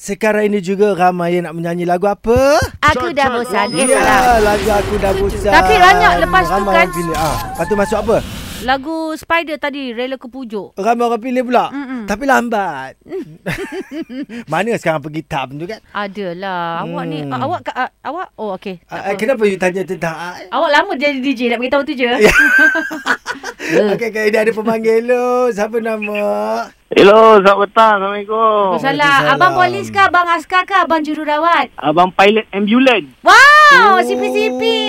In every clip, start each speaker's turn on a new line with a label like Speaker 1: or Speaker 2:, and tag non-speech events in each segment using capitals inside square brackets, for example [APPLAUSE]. Speaker 1: Sekarang ini juga ramai yang nak menyanyi lagu apa?
Speaker 2: Aku dah bosan Yes lah
Speaker 1: Ya, lagu aku dah bosan.
Speaker 2: Tapi banyak lepas tu kan-
Speaker 1: ramai Orang pilih. Ah, lepas tu masuk apa?
Speaker 3: Lagu Spider tadi Rela ke pujuk
Speaker 1: Ramai orang pilih pula.
Speaker 3: Mm-mm.
Speaker 1: Tapi
Speaker 2: [LAUGHS]
Speaker 1: lambat. Mana sekarang pergi tab tu kan?
Speaker 3: Adalah Awak ni
Speaker 1: Hmm.
Speaker 3: ah, Awak ah, Awak Oh okay
Speaker 1: Ah, ah, kenapa you tanya tentang ah?
Speaker 3: Awak lama jadi DJ Nak beritahu
Speaker 1: [LAUGHS]
Speaker 3: tu je
Speaker 1: Ya,
Speaker 2: Ya.
Speaker 1: Okey, okay, dia ada pemanggil lo. Siapa nama?
Speaker 4: Hello, selamat petang. Assalamualaikum.
Speaker 3: Salah Abang polis ke Abang askar ke Abang jururawat
Speaker 4: Abang pilot ambulans.
Speaker 3: Wow
Speaker 1: Oh.
Speaker 3: Sipi-sipi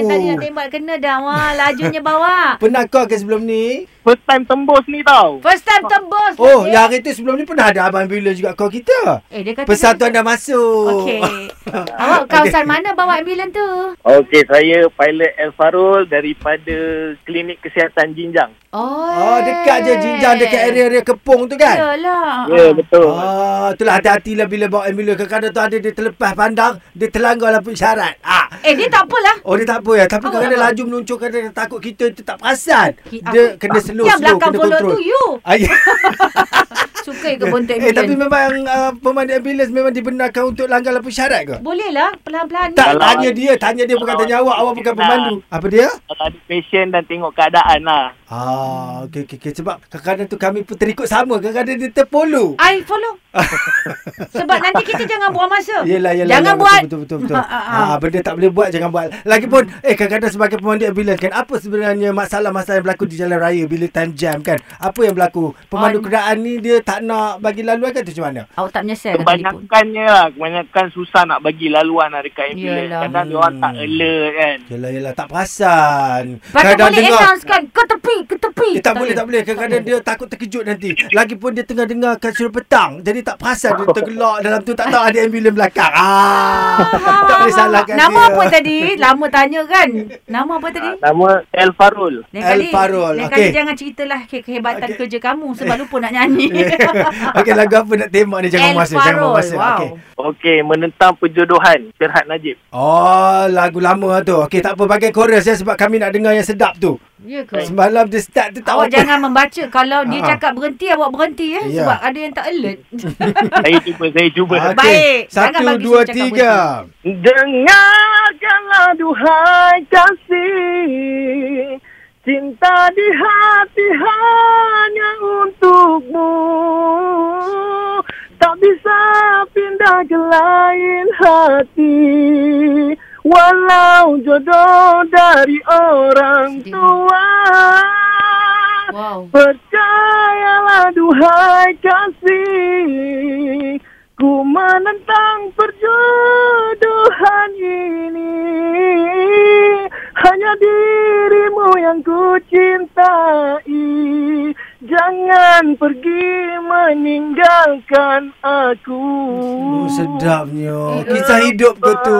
Speaker 3: Tadi nak tembak kena dah Wah lajunya
Speaker 1: [LAUGHS]
Speaker 3: bawa
Speaker 1: Pernah kau ke sebelum ni?
Speaker 4: First time tembus ni tau.
Speaker 3: First time tembus
Speaker 1: Oh,
Speaker 3: lagi.
Speaker 1: yang hari tu sebelum ni pernah ada abang bila juga kau kita.
Speaker 3: Eh dia kata
Speaker 1: Persatuan dah masuk. [LAUGHS]
Speaker 3: Okey. Awak kawasan mana bawa ambulan tu?
Speaker 4: Okey, saya pilot El Farul daripada Klinik Kesihatan Jinjang.
Speaker 3: Oh.
Speaker 1: Oh, dekat je Jinjang dekat area-area Kepung tu kan?
Speaker 3: Yalah.
Speaker 4: Ya, yeah, betul.
Speaker 1: Ah, itulah hati-hatilah bila bawa ambulan. Kadang-kadang tu ada dia terlepas pandang, dia terlanggar lampu isyarat. Ah.
Speaker 3: Eh dia tak apalah.
Speaker 1: Oh dia tak apa ya Tapi
Speaker 3: Apa,
Speaker 1: kadang-kadang
Speaker 3: apa?
Speaker 1: laju meluncur Kadang-kadang takut kita tu tak perasan
Speaker 3: Ki-
Speaker 1: Dia
Speaker 3: aku-
Speaker 1: kena slow
Speaker 3: Yang
Speaker 1: slow
Speaker 3: belakang
Speaker 1: Kena
Speaker 3: follow
Speaker 1: control
Speaker 3: tu
Speaker 1: [LAUGHS]
Speaker 3: you.
Speaker 1: Ah, ya.
Speaker 3: Suka ke bontot
Speaker 1: [LAUGHS] Eh tapi
Speaker 3: ambulan?
Speaker 1: memang uh, Pemandu ambulans memang dibenarkan Untuk langgar lampu syarat ke?
Speaker 3: Boleh lah pelan-pelan.
Speaker 1: Tak
Speaker 4: Kalau-
Speaker 1: tanya dia Tanya dia bukan
Speaker 4: kalau-
Speaker 1: tanya awak Awak bukan
Speaker 3: Ah.
Speaker 4: Nah.
Speaker 1: pemandu Apa dia?
Speaker 4: Kalau ada patient dan tengok keadaan lah.
Speaker 1: Ah, okay, okay, okay. Sebab kadang-kadang tu kami pun terikut sama Kadang-kadang dia terpolu
Speaker 3: I
Speaker 1: [LAUGHS]
Speaker 3: follow. Sebab nanti kita jangan buang masa.
Speaker 1: Yelah, yelah
Speaker 3: jangan
Speaker 1: yelah,
Speaker 3: buat.
Speaker 1: Betul, betul, betul, betul.
Speaker 3: Ha, ha, ha.
Speaker 1: ha, Benda tak boleh buat Jangan buat Lagipun Eh kadang-kadang sebagai pemandu ambulans kan Apa sebenarnya masalah-masalah yang berlaku Di jalan raya Bila time jam kan Apa yang berlaku Pemandu
Speaker 3: Oh,
Speaker 1: kenderaan ni Dia tak nak bagi laluan kan tu macam mana
Speaker 3: Awak tak menyesal ke tadi Eh, pun?
Speaker 4: Kebanyakannya lah. Kebanyakan susah nak bagi laluan lah dekat ambulans.
Speaker 3: Yelah.
Speaker 4: Kadang dia orang tak alert kan.
Speaker 1: Yelah, yelah Tak perasan
Speaker 3: Lepas tu boleh announce kan Ke tepi Ke tepi
Speaker 1: Eh, tak, boleh, tak boleh. Kadang-kadang dia takut terkejut nanti. Lagipun dia tengah dengarkan suruh petang. Jadi tak perasan dia tergelak dalam tu. Tak tahu ada ambulans belakang. Ah, tak boleh salahkan
Speaker 3: ha, Nama
Speaker 1: dia.
Speaker 3: apa tadi? Lama tanya kan Nama apa tadi?
Speaker 1: Ah,
Speaker 4: Ah, Nama El Farul.
Speaker 3: Lain
Speaker 1: El
Speaker 3: kali,
Speaker 1: Farol,
Speaker 3: Lain
Speaker 1: okey.
Speaker 3: kali jangan ceritalah ke- kehebatan
Speaker 1: Okey.
Speaker 3: kerja kamu sebab lupa nak nyanyi.
Speaker 1: [LAUGHS] Okey, lagu apa nak tembak ni? [LAUGHS] Jangan
Speaker 3: El
Speaker 1: buang masa. Jangan buang
Speaker 3: Farol,
Speaker 1: masa.
Speaker 3: wow.
Speaker 1: Okey.
Speaker 4: Okey, menentang perjodohan. Syirhat Najib.
Speaker 1: Oh, lagu lama tu. Okey, tak apa pakai chorus ya sebab kami nak dengar yang sedap tu.
Speaker 3: Ya ke?
Speaker 1: Semalam dia start tu tak
Speaker 3: Awak
Speaker 1: apa.
Speaker 3: jangan membaca kalau dia
Speaker 1: Ha.
Speaker 3: cakap berhenti awak berhenti eh
Speaker 1: Ya.
Speaker 3: sebab ada yang tak
Speaker 1: [LAUGHS]
Speaker 3: alert.
Speaker 4: saya cuba, saya cuba.
Speaker 1: [LAUGHS] Okey,
Speaker 3: Baik,
Speaker 1: Satu,
Speaker 3: jangan bagi
Speaker 1: dua,
Speaker 3: saya cakap
Speaker 1: tiga.
Speaker 4: Dengarkanlah duhai kasih Cinta di hati hanya untukmu Tak bisa pindah ke lain hati Walau jodoh dari orang
Speaker 3: Sedih.
Speaker 4: tua
Speaker 3: Wow.
Speaker 4: Percayalah duhai kasih Ku menentang perjodohan ini Hanya dirimu yang ku cintai Jangan pergi meninggalkan aku
Speaker 1: Oh, sedapnya. Kisah hidup ke
Speaker 3: [LAUGHS]
Speaker 1: tu.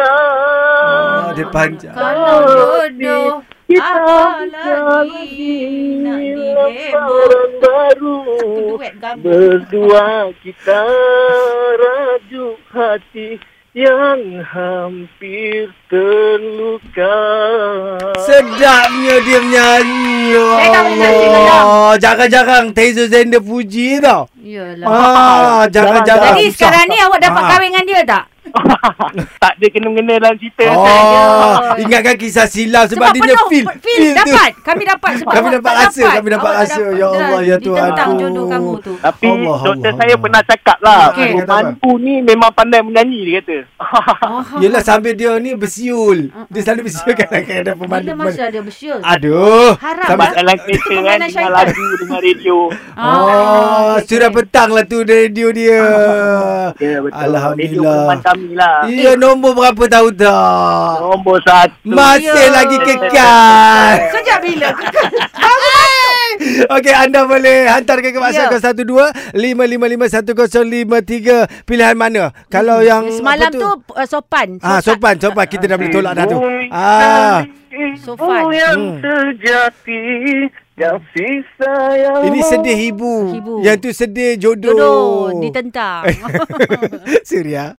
Speaker 1: Ah, dia panjang.
Speaker 3: Kalau jodoh apa lagi nak dilema.
Speaker 4: baru
Speaker 3: Satu duet gambar.
Speaker 4: Berdua kita rajuk hati yang hampir terluka.
Speaker 1: Sedapnya dia menyanyi. Ya
Speaker 3: Saya tak boleh nyanyi,
Speaker 1: Allah. Jarang-jarang Tezo Zender puji tau.
Speaker 3: Yalah.
Speaker 1: Ah, jarang-jarang.
Speaker 3: Lah. Jadi
Speaker 1: Susah.
Speaker 3: sekarang ni awak dapat
Speaker 1: Ah.
Speaker 3: kahwin dengan dia tak?
Speaker 4: [LAUGHS] tak ada kena-mengena dalam cerita.
Speaker 1: Oh, ingatkan kisah silam sebab, dia punya feel.
Speaker 3: feel, dapat. Kami dapat sebab
Speaker 1: Kami
Speaker 3: awak
Speaker 1: dapat
Speaker 3: tak
Speaker 1: rasa, kami dapat
Speaker 3: Awak
Speaker 1: rasa. Ya
Speaker 3: Dan
Speaker 1: Allah, ya Tuhan
Speaker 3: Ditentang
Speaker 1: aku.
Speaker 3: jodoh kamu tu.
Speaker 4: Tapi
Speaker 1: Allah,
Speaker 4: Allah, doktor
Speaker 1: Allah,
Speaker 4: Allah, saya
Speaker 1: Allah.
Speaker 4: pernah cakap lah.
Speaker 3: Okey.
Speaker 4: Okay. Mantu ni memang pandai menyanyi dia [LAUGHS] kata.
Speaker 3: Oh,
Speaker 1: Yelah sambil dia ni bersiul.
Speaker 3: Ah,
Speaker 1: Dia selalu bersiul kan kadang-kadang pemandu.
Speaker 3: bila masa dia bersyur?
Speaker 1: Ah, Aduh.
Speaker 3: Harap.
Speaker 1: Sambil
Speaker 4: Sebab dalam kereta kan,
Speaker 3: Permainan
Speaker 4: dengar
Speaker 3: syaitan.
Speaker 4: lagu, dengar radio.
Speaker 3: Ah. eh,
Speaker 1: Oh,
Speaker 3: okey,
Speaker 1: sudah
Speaker 3: okey.
Speaker 1: petang lah tu radio dia.
Speaker 3: Ah,
Speaker 4: Ya, betul. Radio
Speaker 1: Alhamdulillah. Ya.
Speaker 4: perempuan kami lah.
Speaker 1: Iya, nombor berapa tahu tak?
Speaker 4: Nombor satu.
Speaker 1: Masih
Speaker 3: Ya.
Speaker 1: lagi
Speaker 3: [LAUGHS]
Speaker 1: kekal.
Speaker 3: Sejak
Speaker 1: [LAUGHS]
Speaker 3: bila?
Speaker 1: Okey, anda boleh hantar ke
Speaker 3: Ya.
Speaker 1: WhatsApp yeah. 012 5551053. Pilihan mana? Kalau yang
Speaker 3: Hmm. Semalam
Speaker 1: apa
Speaker 3: tu uh, sopan.
Speaker 1: Ah, sopan, sopan. Kita
Speaker 3: [LAUGHS]
Speaker 1: dah boleh tolak dah tu. Ah. Hmm.
Speaker 3: Sofan.
Speaker 4: Ibu yang sejati Kasih sayang
Speaker 1: Ini sedih ibu.
Speaker 3: Ibu.
Speaker 1: Yang tu sedih jodoh. Eh.
Speaker 3: Jodoh ditentang.
Speaker 1: [LAUGHS] Suria.